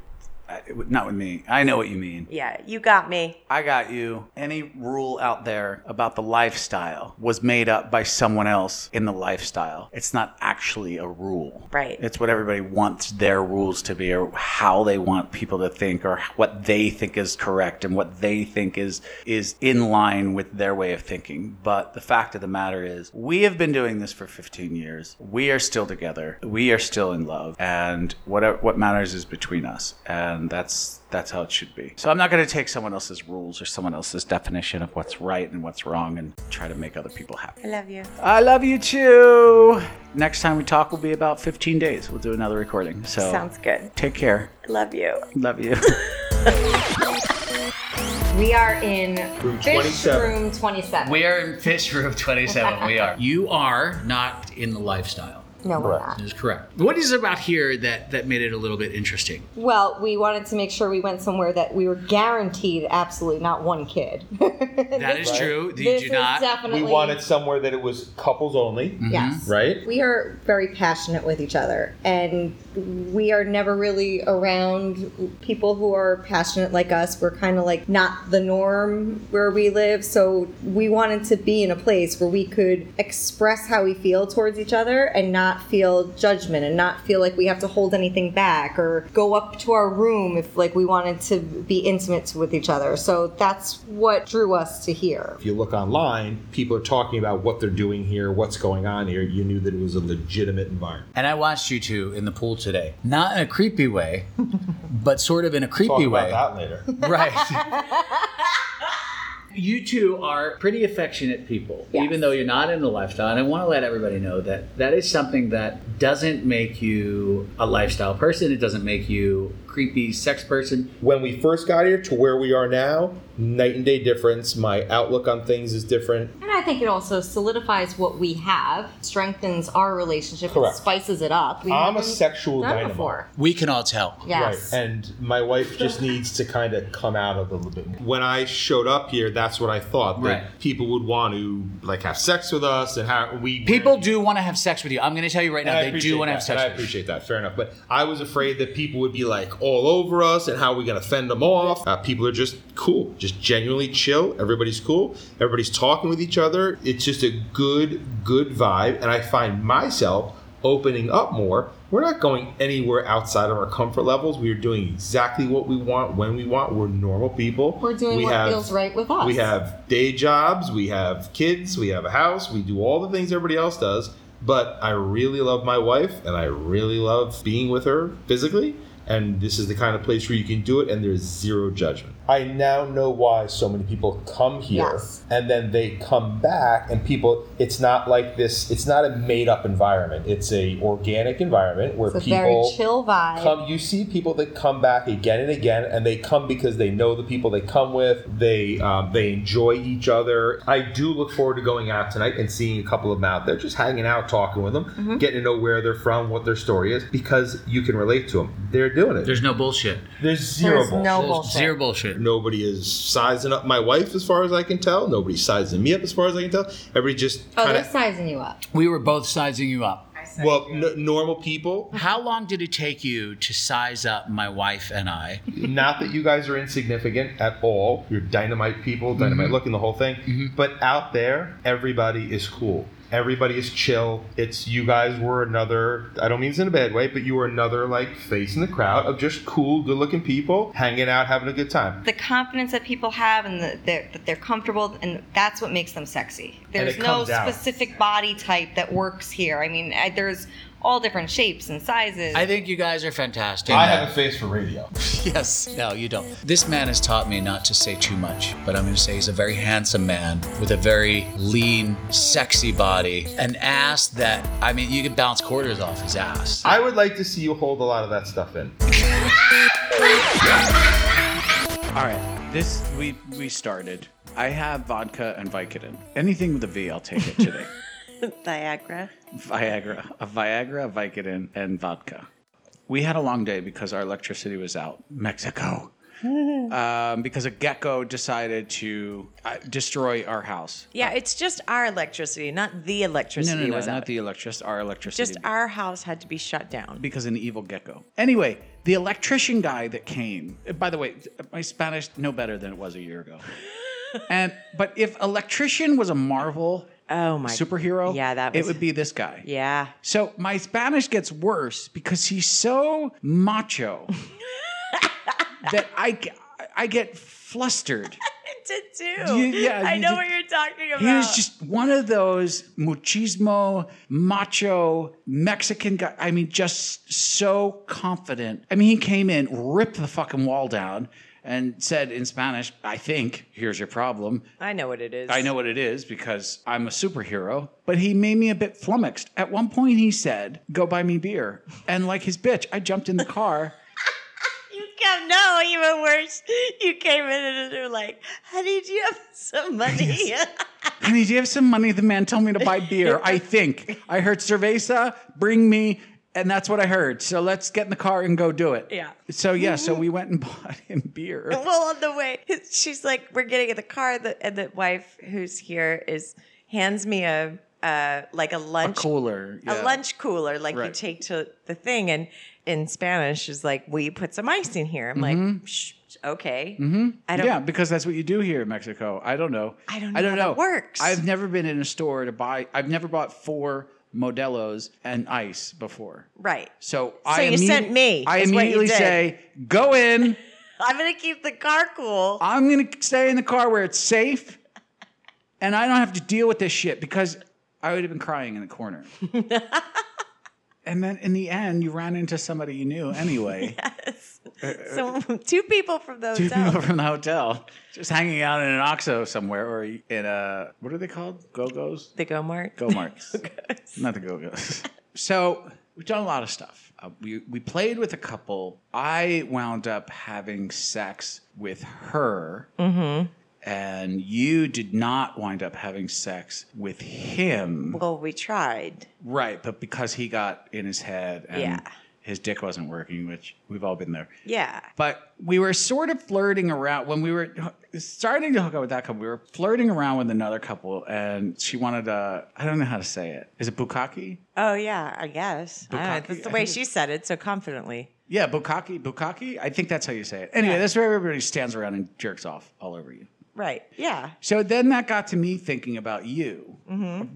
[SPEAKER 2] uh, Not with me. I know what you mean.
[SPEAKER 4] Yeah, you got me.
[SPEAKER 2] I got you. Any rule out there about the lifestyle was made up by someone else in the lifestyle. It's not actually a rule.
[SPEAKER 4] Right.
[SPEAKER 2] It's what everybody wants their rules to be or how they want people to think or what they think is correct and what they think is is in line with their way of thinking. But the fact of the matter is, we have been doing this for 15 years. We are still together. We are still in love. And what what matters is between us. And that's that's how it should be. So I'm not going to take someone else's rules or someone else's definition of what's right and what's wrong and try to make other people happy.
[SPEAKER 4] I love you.
[SPEAKER 2] I love you too. Next time we talk will be about 15 days. We'll do another recording. So
[SPEAKER 4] Sounds good.
[SPEAKER 2] Take care.
[SPEAKER 4] I love you.
[SPEAKER 2] Love you.
[SPEAKER 5] We are in Fish
[SPEAKER 7] 27.
[SPEAKER 5] Room 27.
[SPEAKER 2] we are in Fish Room 27. We are. You are not in the lifestyle.
[SPEAKER 5] no, we're not.
[SPEAKER 2] That is correct. What is it about here that that made it a little bit interesting?
[SPEAKER 5] Well, we wanted to make sure we went somewhere that we were guaranteed absolutely not one kid.
[SPEAKER 2] That is true. You
[SPEAKER 5] this
[SPEAKER 2] do
[SPEAKER 5] is
[SPEAKER 2] not. Mm-hmm.
[SPEAKER 5] definitely
[SPEAKER 7] We wanted somewhere that it was couples only,
[SPEAKER 8] Mm.
[SPEAKER 9] Yes.
[SPEAKER 7] right?
[SPEAKER 9] We are very passionate with each other, and we are never really around people who are passionate like us. We're kind of like not the norm where we live, so we wanted to be in a place where we could express how we feel towards each other and not feel judgment and not feel like we have to hold anything back or go up to our room if like we wanted to be intimate with each other. So that's what drew us to here.
[SPEAKER 7] If you look online, people are talking about what they're doing here, what's going on here. You knew that it was a legitimate environment.
[SPEAKER 8] And I watched you two in the pool today. Not in a creepy way, but sort of in a creepy
[SPEAKER 7] Talk
[SPEAKER 8] way.
[SPEAKER 7] about that later.
[SPEAKER 8] Right. you two are pretty affectionate people, even though you're not in the lifestyle. And I want to let everybody know that that is something that doesn't make you a lifestyle person. It doesn't make you creepy sex person.
[SPEAKER 7] when we first got here to where we are now, night and day difference. My outlook on things is different.
[SPEAKER 9] And I think it also solidifies what we have, strengthens our relationship, and
[SPEAKER 7] Correct.
[SPEAKER 9] spices it up. We
[SPEAKER 7] I'm a
[SPEAKER 9] haven't
[SPEAKER 7] sexual
[SPEAKER 9] done
[SPEAKER 7] dynamo.
[SPEAKER 9] before.
[SPEAKER 8] We can all tell.
[SPEAKER 9] Yes.
[SPEAKER 7] Right. And my wife just needs to kind of come out a little bit more. When I showed up here, that's what I thought that
[SPEAKER 8] Right.
[SPEAKER 7] people would want to like have sex with us and how we
[SPEAKER 8] People do want to have sex with you. I'm going to tell you right
[SPEAKER 7] And
[SPEAKER 8] now,
[SPEAKER 7] I
[SPEAKER 8] they
[SPEAKER 7] appreciate
[SPEAKER 8] do want to
[SPEAKER 7] that,
[SPEAKER 8] have sex
[SPEAKER 7] and I
[SPEAKER 8] with you.
[SPEAKER 7] appreciate that. Fair enough. But I was afraid that people would be like all over us and how are we going to fend them off. Uh, people are just cool, just genuinely chill. Everybody's cool. Everybody's talking with each other. It's just a good, good vibe. And I find myself opening up more We're not going anywhere outside of our comfort levels. We are doing exactly what we want when we want. We're normal people.
[SPEAKER 10] We're doing
[SPEAKER 7] we
[SPEAKER 10] what feels right with us.
[SPEAKER 7] We have day jobs. We have kids. We have a house. We do all the things everybody else does. But I really love my wife, and I really love being with her physically. And this is the kind of place where you can do it, and there's zero judgment. I now know why so many people come here
[SPEAKER 10] Yes.
[SPEAKER 7] and then they come back and people it's not like this it's not a made up environment it's a organic environment where
[SPEAKER 10] It's a very
[SPEAKER 7] people
[SPEAKER 10] chill vibe.
[SPEAKER 7] come you see people that come back again and again and they come because they know the people they come with they um, they enjoy each other i do look forward to going out tonight and seeing a couple of them out there just hanging out talking with them getting to know where they're from what their story is because you can relate to them they're doing it there's,
[SPEAKER 2] There's no bullshit.
[SPEAKER 7] zero bull.
[SPEAKER 11] no
[SPEAKER 2] There's
[SPEAKER 11] bullshit.
[SPEAKER 2] Zero bullshit.
[SPEAKER 7] Nobody is sizing up my wife as far as I can tell. Nobody's sizing me up as far as I can tell. Everybody just
[SPEAKER 10] oh,
[SPEAKER 7] kind
[SPEAKER 10] they're
[SPEAKER 7] of
[SPEAKER 10] sizing you up.
[SPEAKER 2] We were both sizing you up.
[SPEAKER 7] well, n- normal people.
[SPEAKER 2] How long did it take you to size up my wife and I?
[SPEAKER 7] Not that you guys are insignificant at all. You're dynamite people, dynamite looking, the whole thing. But out there, everybody is cool. Everybody is chill. It's you guys were another. I don't mean this in a bad way, but you were another like face in the crowd of just cool, good-looking people hanging out, having a good time.
[SPEAKER 9] the confidence that people have and the, they're, that they're comfortable and that's what makes them sexy there's
[SPEAKER 7] it
[SPEAKER 9] no
[SPEAKER 7] comes out.
[SPEAKER 9] specific body type that works here i mean I, there's all different shapes and sizes
[SPEAKER 2] I think you guys are fantastic.
[SPEAKER 7] I have a face for radio.
[SPEAKER 2] Yes. No, you don't. This man has taught me not to say too much, but I'm going to say he's a very handsome man with a very lean, sexy body, an ass that, I mean, you can bounce quarters off his ass.
[SPEAKER 7] I would like to see you hold a lot of that stuff in.
[SPEAKER 12] All right, this we we started. I have vodka and Vicodin. Anything with a V, I'll take it today.
[SPEAKER 4] Viagra.
[SPEAKER 12] Viagra, a Viagra, a Vicodin, and vodka. We had a long day because our electricity was out. Mexico. um, because a gecko decided to uh, destroy our house.
[SPEAKER 4] Yeah, it's just our electricity, not the
[SPEAKER 12] No,
[SPEAKER 4] electricity
[SPEAKER 12] no, no,
[SPEAKER 4] was
[SPEAKER 12] not
[SPEAKER 4] out.
[SPEAKER 12] the electricity. Our electricity.
[SPEAKER 4] just our house had to be shut down.
[SPEAKER 12] because an evil gecko. Anyway, the electrician guy that came. By the way, my Spanish no better than it was a year ago. and but if electrician was a Marvel
[SPEAKER 4] Oh my
[SPEAKER 12] superhero,
[SPEAKER 4] Yeah, that
[SPEAKER 12] it
[SPEAKER 4] was
[SPEAKER 12] would be this guy.
[SPEAKER 4] Yeah.
[SPEAKER 12] So my Spanish gets worse because he's so macho that I g- I get flustered.
[SPEAKER 4] To do.
[SPEAKER 12] You- yeah,
[SPEAKER 4] I
[SPEAKER 12] you
[SPEAKER 4] know
[SPEAKER 12] did-
[SPEAKER 4] what you're talking about.
[SPEAKER 12] He was just one of those machismo, macho Mexican guy. I mean, just so confident. I mean, he came in, ripped the fucking wall down, and said in Spanish, I think, here's your problem.
[SPEAKER 4] I know what it is.
[SPEAKER 12] I know what it is because I'm a superhero, but he made me a bit flummoxed. At one point, he said, Go buy me beer. And like his bitch, I jumped in the car.
[SPEAKER 4] You come no, even worse. You came in and they're like, Honey, do you have some money?
[SPEAKER 12] Honey, do you have some money? The man told me to buy beer. I think I heard cerveza. Bring me, and that's what I heard. So let's get in the car and go do it.
[SPEAKER 4] Yeah.
[SPEAKER 12] So yeah, so we went and bought him beer.
[SPEAKER 4] well, on the way, she's like, We're getting in the car. The, and the wife who's here is hands me a, uh, like a
[SPEAKER 12] A
[SPEAKER 4] lunch
[SPEAKER 12] cooler.
[SPEAKER 4] a lunch cooler like you
[SPEAKER 12] Right.
[SPEAKER 4] take to the thing and in spanish is like we put some ice in here i'm
[SPEAKER 12] Mm-hmm.
[SPEAKER 4] like Shh, okay i don't
[SPEAKER 12] Yeah, because that's what you do here in Mexico. I don't know.
[SPEAKER 4] I don't know how that works.
[SPEAKER 12] I've never been in a store to buy. I've never bought four Modelo's and ice before.
[SPEAKER 4] right
[SPEAKER 12] So,
[SPEAKER 4] So
[SPEAKER 12] I
[SPEAKER 4] you
[SPEAKER 12] immedi-
[SPEAKER 4] sent me,
[SPEAKER 12] I
[SPEAKER 4] is what you
[SPEAKER 12] immediately
[SPEAKER 4] did.
[SPEAKER 12] say, "Go in."
[SPEAKER 4] i'm gonna keep the car cool
[SPEAKER 12] I'm going to stay in the car where it's safe and I don't have to deal with this shit because I would have been crying in the corner. and then in the end, you ran into somebody you knew anyway.
[SPEAKER 4] so two people from the
[SPEAKER 12] Uh, Two
[SPEAKER 4] hotel
[SPEAKER 12] people from the hotel just hanging out in an Oxo somewhere or in a, what are they called? Go Go's?
[SPEAKER 4] the go mart
[SPEAKER 12] Go Marts. Not the Go Go's. so we've done a lot of stuff. Uh, we, we played with a couple. I wound up having sex with her. And you did not wind up having sex with him.
[SPEAKER 4] well we tried
[SPEAKER 12] Right. But because he got in his head and
[SPEAKER 4] Yeah.
[SPEAKER 12] his dick wasn't working, which we've all been there.
[SPEAKER 4] yeah
[SPEAKER 12] But we were sort of flirting around when we were starting to hook up with that couple. We were flirting around with another couple, and she wanted a I don't know how to say it. Is it bukkake?
[SPEAKER 4] oh yeah i guess I don't know.
[SPEAKER 12] Bukkake,
[SPEAKER 4] that's the
[SPEAKER 12] I
[SPEAKER 4] way
[SPEAKER 12] think
[SPEAKER 4] she said it so confidently
[SPEAKER 12] Yeah, bukkake, bukkake. I think that's how you say it. Anyway, that's where everybody stands around and jerks off all over you.
[SPEAKER 4] right yeah
[SPEAKER 12] So then that got to me thinking about you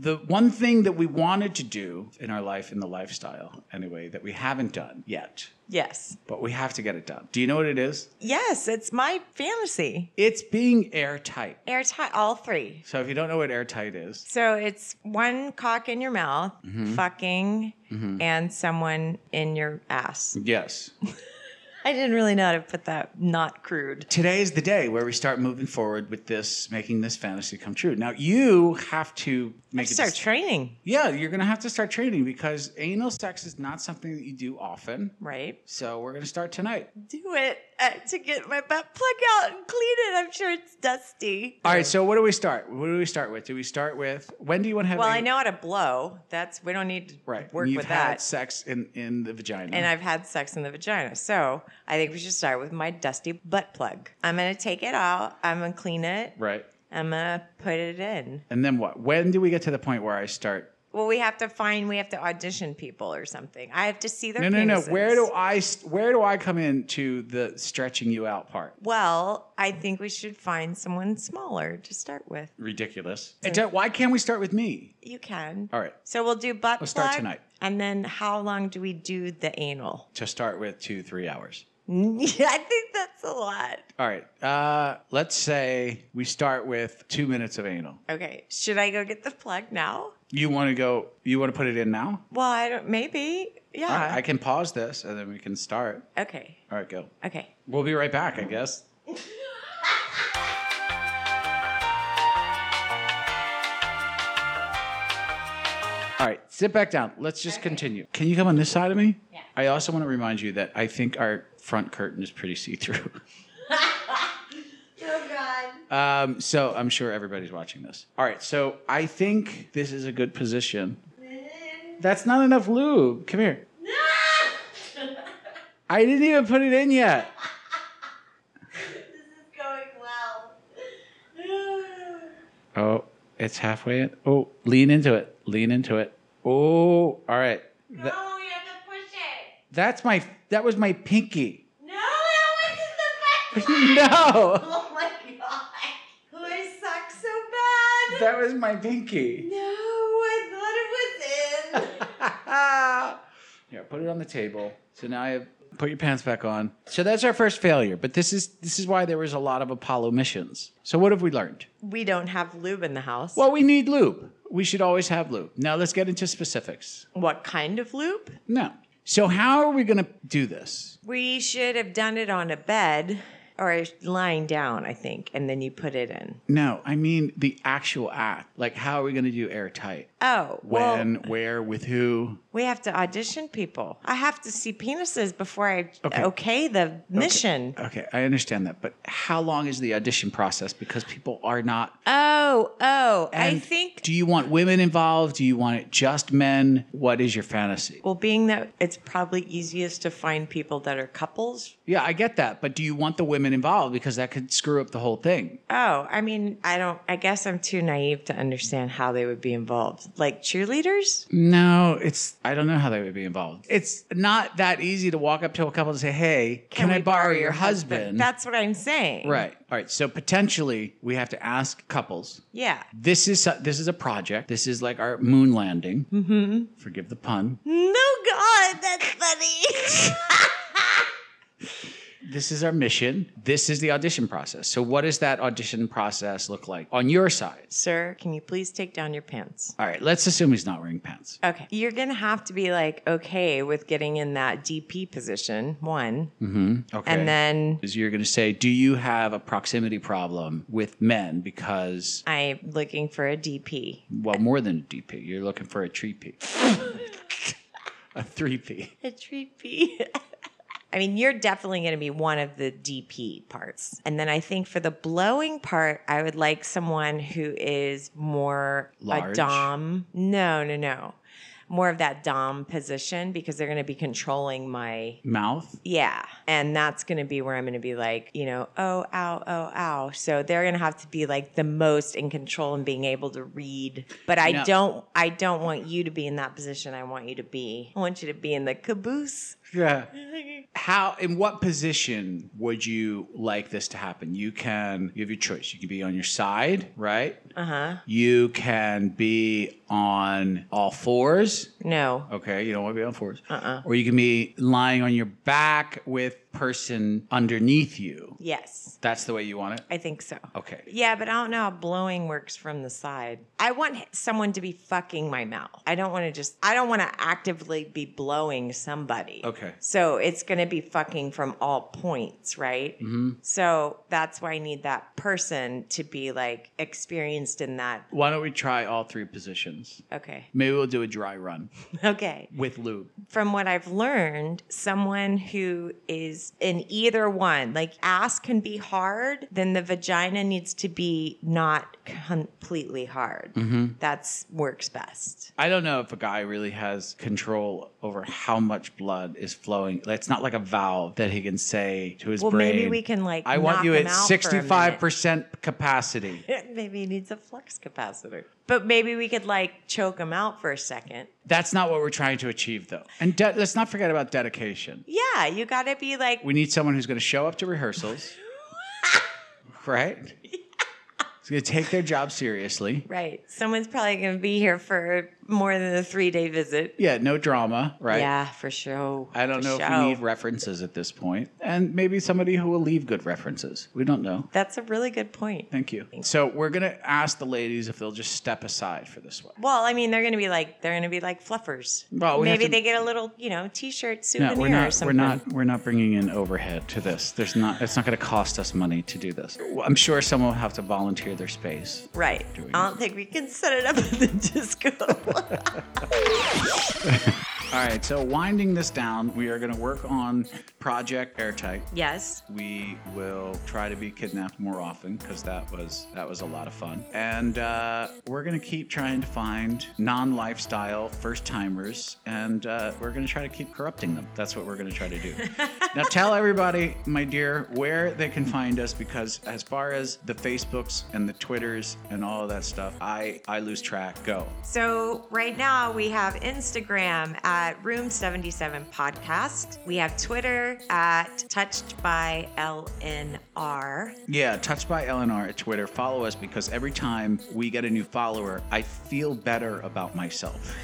[SPEAKER 12] The one thing that we wanted to do in our life, in the lifestyle anyway, that we haven't done yet,
[SPEAKER 4] Yes.
[SPEAKER 12] but we have to get it done. Do you know what it is?
[SPEAKER 4] Yes, it's my fantasy.
[SPEAKER 12] It's being airtight.
[SPEAKER 4] Airtight, all three.
[SPEAKER 12] So if you don't know what airtight is,
[SPEAKER 4] So it's one cock in your mouth,
[SPEAKER 12] Mm-hmm.
[SPEAKER 4] fucking, and someone in your ass.
[SPEAKER 12] yes.
[SPEAKER 4] I didn't really know how to put that not crude.
[SPEAKER 12] Today is the day where we start moving forward with this, making this fantasy come true. Now you have to make it.
[SPEAKER 4] Start training,
[SPEAKER 12] yeah, you're going to have to start training because anal sex is not something that you do often.
[SPEAKER 4] right?
[SPEAKER 12] So we're going to start tonight.
[SPEAKER 4] Do it uh, to get my butt plug out and clean it. I'm sure it's dusty.
[SPEAKER 12] All right. So what do we start? What do we start with? Do we start with when do you want to have?
[SPEAKER 4] Well,
[SPEAKER 12] an-
[SPEAKER 4] I know how to blow. That's we don't need to
[SPEAKER 12] Right.
[SPEAKER 4] work
[SPEAKER 12] You've
[SPEAKER 4] with
[SPEAKER 12] had
[SPEAKER 4] that.
[SPEAKER 12] sex in in the vagina.
[SPEAKER 4] and I've had sex in the vagina. So I think we should start with my dusty butt plug. I'm gonna take it out. I'm gonna clean it.
[SPEAKER 12] right.
[SPEAKER 4] I'm gonna put it in.
[SPEAKER 12] And then what? When do we get to the point where I start?
[SPEAKER 4] Well, we have to find. We have to audition people or something. I have to see their.
[SPEAKER 12] No, no, no.
[SPEAKER 4] penises.
[SPEAKER 12] Where do I st- where do I come into the stretching you out part?
[SPEAKER 4] Well, I think we should find someone smaller to start with.
[SPEAKER 12] Ridiculous. It don't- why can't we start with me?
[SPEAKER 4] You can.
[SPEAKER 12] All right.
[SPEAKER 4] So we'll do butt
[SPEAKER 12] Let's start
[SPEAKER 4] plug,
[SPEAKER 12] tonight.
[SPEAKER 4] And then how long do we do the anal?
[SPEAKER 12] To start with two, three hours.
[SPEAKER 4] Yeah, I think that's a lot.
[SPEAKER 12] All right. Uh, let's say we start with two minutes of anal.
[SPEAKER 4] Okay. Should I go get the plug now?
[SPEAKER 12] You want to go? You want to put it in now?
[SPEAKER 4] Well, I don't. Maybe.
[SPEAKER 12] All right,
[SPEAKER 4] Yeah.
[SPEAKER 12] I can pause this and then we can start.
[SPEAKER 4] okay.
[SPEAKER 12] All right, go.
[SPEAKER 4] Okay.
[SPEAKER 12] We'll be right back, I guess. All right, sit back down. Let's just continue. Can you come on this side of me? Yeah. I also want to remind you that I think our front curtain is pretty see through. Um, so I'm sure everybody's watching this. All right, so I think this is a good position. That's not enough lube. Come here. I didn't even put it in yet. Oh, it's halfway in. Oh, lean into it. Lean into it. Oh, all right. No, you have to push it. That's my. That was my pinky. No, that was the back. no.
[SPEAKER 4] Oh my god. I suck so bad.
[SPEAKER 12] That was my pinky.
[SPEAKER 4] No, I thought it was in.
[SPEAKER 12] Here, put it on the table. So now I have put your pants back on. So that's our first failure, but this is this is why there was a lot of Apollo missions. So what have we learned?
[SPEAKER 4] we don't have lube in the house.
[SPEAKER 12] Well, we need lube. We should always have lube. Now let's get into specifics.
[SPEAKER 4] what kind of lube?
[SPEAKER 12] No. So how are we going to do this?
[SPEAKER 4] We should have done it on a bed or lying down, I think, and then you put it in.
[SPEAKER 12] No, I mean the actual act. Like, how are we going to do airtight?
[SPEAKER 4] Oh, well,
[SPEAKER 12] When, where, with who?
[SPEAKER 4] we have to audition people. I have to see penises before I
[SPEAKER 12] Okay.
[SPEAKER 4] okay, the mission.
[SPEAKER 12] Okay, I understand that, but how long is the audition process? Because people are not.
[SPEAKER 4] Oh, oh, I
[SPEAKER 12] and
[SPEAKER 4] think.
[SPEAKER 12] Do you want women involved? Do you want it just men? What is your fantasy?
[SPEAKER 4] well, being that it's probably easiest to find people that are couples.
[SPEAKER 12] Yeah, I get that, but do you want the women involved? Because that could screw up the whole thing.
[SPEAKER 4] Oh, I mean, I don't, I guess I'm too naive to understand how they would be involved. Like cheerleaders?
[SPEAKER 12] No, it's. I don't know how they would be involved. It's not that easy to walk up to a couple and say, "Hey, can, I
[SPEAKER 4] we
[SPEAKER 12] borrow, your husband?"
[SPEAKER 4] That's what I'm saying.
[SPEAKER 12] right. All right. So potentially, we have to ask couples
[SPEAKER 4] Yeah.
[SPEAKER 12] this is this is a project. This is like our moon landing. Mm-hmm. Forgive the pun.
[SPEAKER 4] No, God, that's funny.
[SPEAKER 12] This is our mission. This is the audition process. So, what does that audition process look like on your side?
[SPEAKER 4] Sir, can you please take down your pants?
[SPEAKER 12] All right, let's assume he's not wearing pants.
[SPEAKER 4] Okay. You're going to have to be like, okay with getting in that DP position, one.
[SPEAKER 12] Okay.
[SPEAKER 4] And then
[SPEAKER 12] is you're going to say, "Do you have a proximity problem with men?" Because
[SPEAKER 4] I'm looking for a DP.
[SPEAKER 12] well, more than a DP, you're looking for a tree P, a three P.
[SPEAKER 4] A treat P. I mean, you're definitely going to be one of the DP parts. And then I think for the blowing part, I would like someone who is more
[SPEAKER 12] Large?
[SPEAKER 4] a Dom. No, no, no. More of that Dom position because they're going to be controlling my
[SPEAKER 12] Mouth.
[SPEAKER 4] Yeah. And that's going to be where I'm going to be like, you know, oh, ow, oh, ow. So they're going to have to be like the most in control and being able to read. But I
[SPEAKER 12] No.
[SPEAKER 4] don't, I don't want you to be in that position. I want you to be, I want you to be in the caboose.
[SPEAKER 12] Yeah. how in what position would you like this to happen? You can you have your choice. You can be on your side, right?
[SPEAKER 4] Uh huh.
[SPEAKER 12] You can be on all fours.
[SPEAKER 4] No.
[SPEAKER 12] Okay, you don't want to be on fours.
[SPEAKER 4] Uh-uh.
[SPEAKER 12] Or you can be lying on your back with person underneath you.
[SPEAKER 4] Yes.
[SPEAKER 12] That's the way you want it.
[SPEAKER 4] I think so.
[SPEAKER 12] Okay.
[SPEAKER 4] Yeah, but I don't know how blowing works from the side. I want someone to be fucking my mouth. I don't want to just, I don't want to actively be blowing somebody.
[SPEAKER 12] Okay.
[SPEAKER 4] So it's going to be fucking from all points, right? Mm-hmm. So that's why I need that person to be like experienced in that.
[SPEAKER 12] Why don't we try all three positions?
[SPEAKER 4] Okay.
[SPEAKER 12] Maybe we'll do a dry run
[SPEAKER 4] Okay.
[SPEAKER 12] with lube.
[SPEAKER 4] from what I've learned, someone who is in either one, like ass can be hard, then the vagina needs to be not completely hard.
[SPEAKER 12] Mm-hmm.
[SPEAKER 4] That's works best.
[SPEAKER 12] I don't know if a guy really has control over how much blood is flowing. It's not like a valve that he can say to his
[SPEAKER 4] Well,
[SPEAKER 12] brain.
[SPEAKER 4] maybe we can, like,
[SPEAKER 12] I want
[SPEAKER 4] knock
[SPEAKER 12] you
[SPEAKER 4] him
[SPEAKER 12] at
[SPEAKER 4] out for a
[SPEAKER 12] sixty-five percent capacity.
[SPEAKER 4] maybe he needs a flux capacitor. But maybe we could like choke him out for a second.
[SPEAKER 12] That's not what we're trying to achieve, though. And de- let's not forget about dedication.
[SPEAKER 4] Yeah, you gotta be like,
[SPEAKER 12] We need someone who's going to show up to rehearsals, right? Who's going to take their job seriously.
[SPEAKER 4] right, someone's probably gonna be here for more than a three day visit.
[SPEAKER 12] Yeah, no drama, right?
[SPEAKER 4] Yeah, for sure.
[SPEAKER 12] I don't
[SPEAKER 4] For
[SPEAKER 12] know if
[SPEAKER 4] sure.
[SPEAKER 12] we need references at this point, and maybe somebody who will leave good references. We don't know.
[SPEAKER 4] That's a really good point.
[SPEAKER 12] Thank you. So we're gonna ask the ladies if they'll just step aside for this one.
[SPEAKER 4] Well, I mean, they're going to be like they're going to be like fluffers.
[SPEAKER 12] Well, we have
[SPEAKER 4] maybe
[SPEAKER 12] to-
[SPEAKER 4] they get a little, you know, t-shirt souvenir
[SPEAKER 12] No, we're
[SPEAKER 4] or
[SPEAKER 12] not. We're
[SPEAKER 4] something.
[SPEAKER 12] not. We're not bringing in overhead to this. There's not. It's not gonna cost us money to do this. Well, I'm sure someone will have to volunteer their space.
[SPEAKER 4] Right. I don't think we can set it up at the disco.
[SPEAKER 12] All right. So winding this down, we are gonna work on Project Airtight.
[SPEAKER 4] yes.
[SPEAKER 12] We will try to be kidnapped more often because that was that was a lot of fun, and uh, we're gonna keep trying to find non-lifestyle first timers, and uh, we're gonna try to keep corrupting them. That's what we're gonna try to do. now tell everybody, my dear, where they can find us because as far as the Facebooks and the Twitters and all of that stuff, I I lose track. Go.
[SPEAKER 4] So right now we have Instagram at Room 77 Podcast. We have Twitter at Touched by LNR.
[SPEAKER 12] Yeah, touched by Eleanor at Twitter. Follow us because every time we get a new follower, I feel better about myself.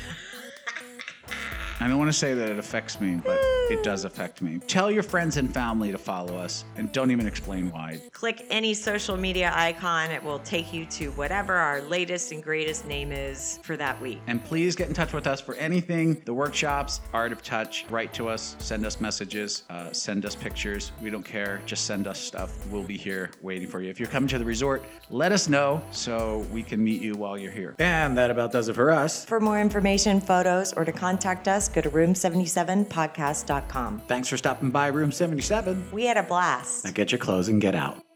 [SPEAKER 12] I don't want to say that it affects me, but it does affect me. Tell your friends and family to follow us and don't even explain why.
[SPEAKER 4] Click any social media icon. It will take you to whatever our latest and greatest name is for that week.
[SPEAKER 12] And please get in touch with us for anything the workshops, Art of Touch. Write to us, send us messages, uh, send us pictures. We don't care. Just send us stuff. We'll be here waiting for you. If you're coming to the resort, let us know so we can meet you while you're here. And that about does it for us.
[SPEAKER 4] For more information, photos, or to contact us, go to room77podcast.com.
[SPEAKER 12] Thanks for stopping by Room 77.
[SPEAKER 4] We had a blast.
[SPEAKER 12] Now get your clothes and get out.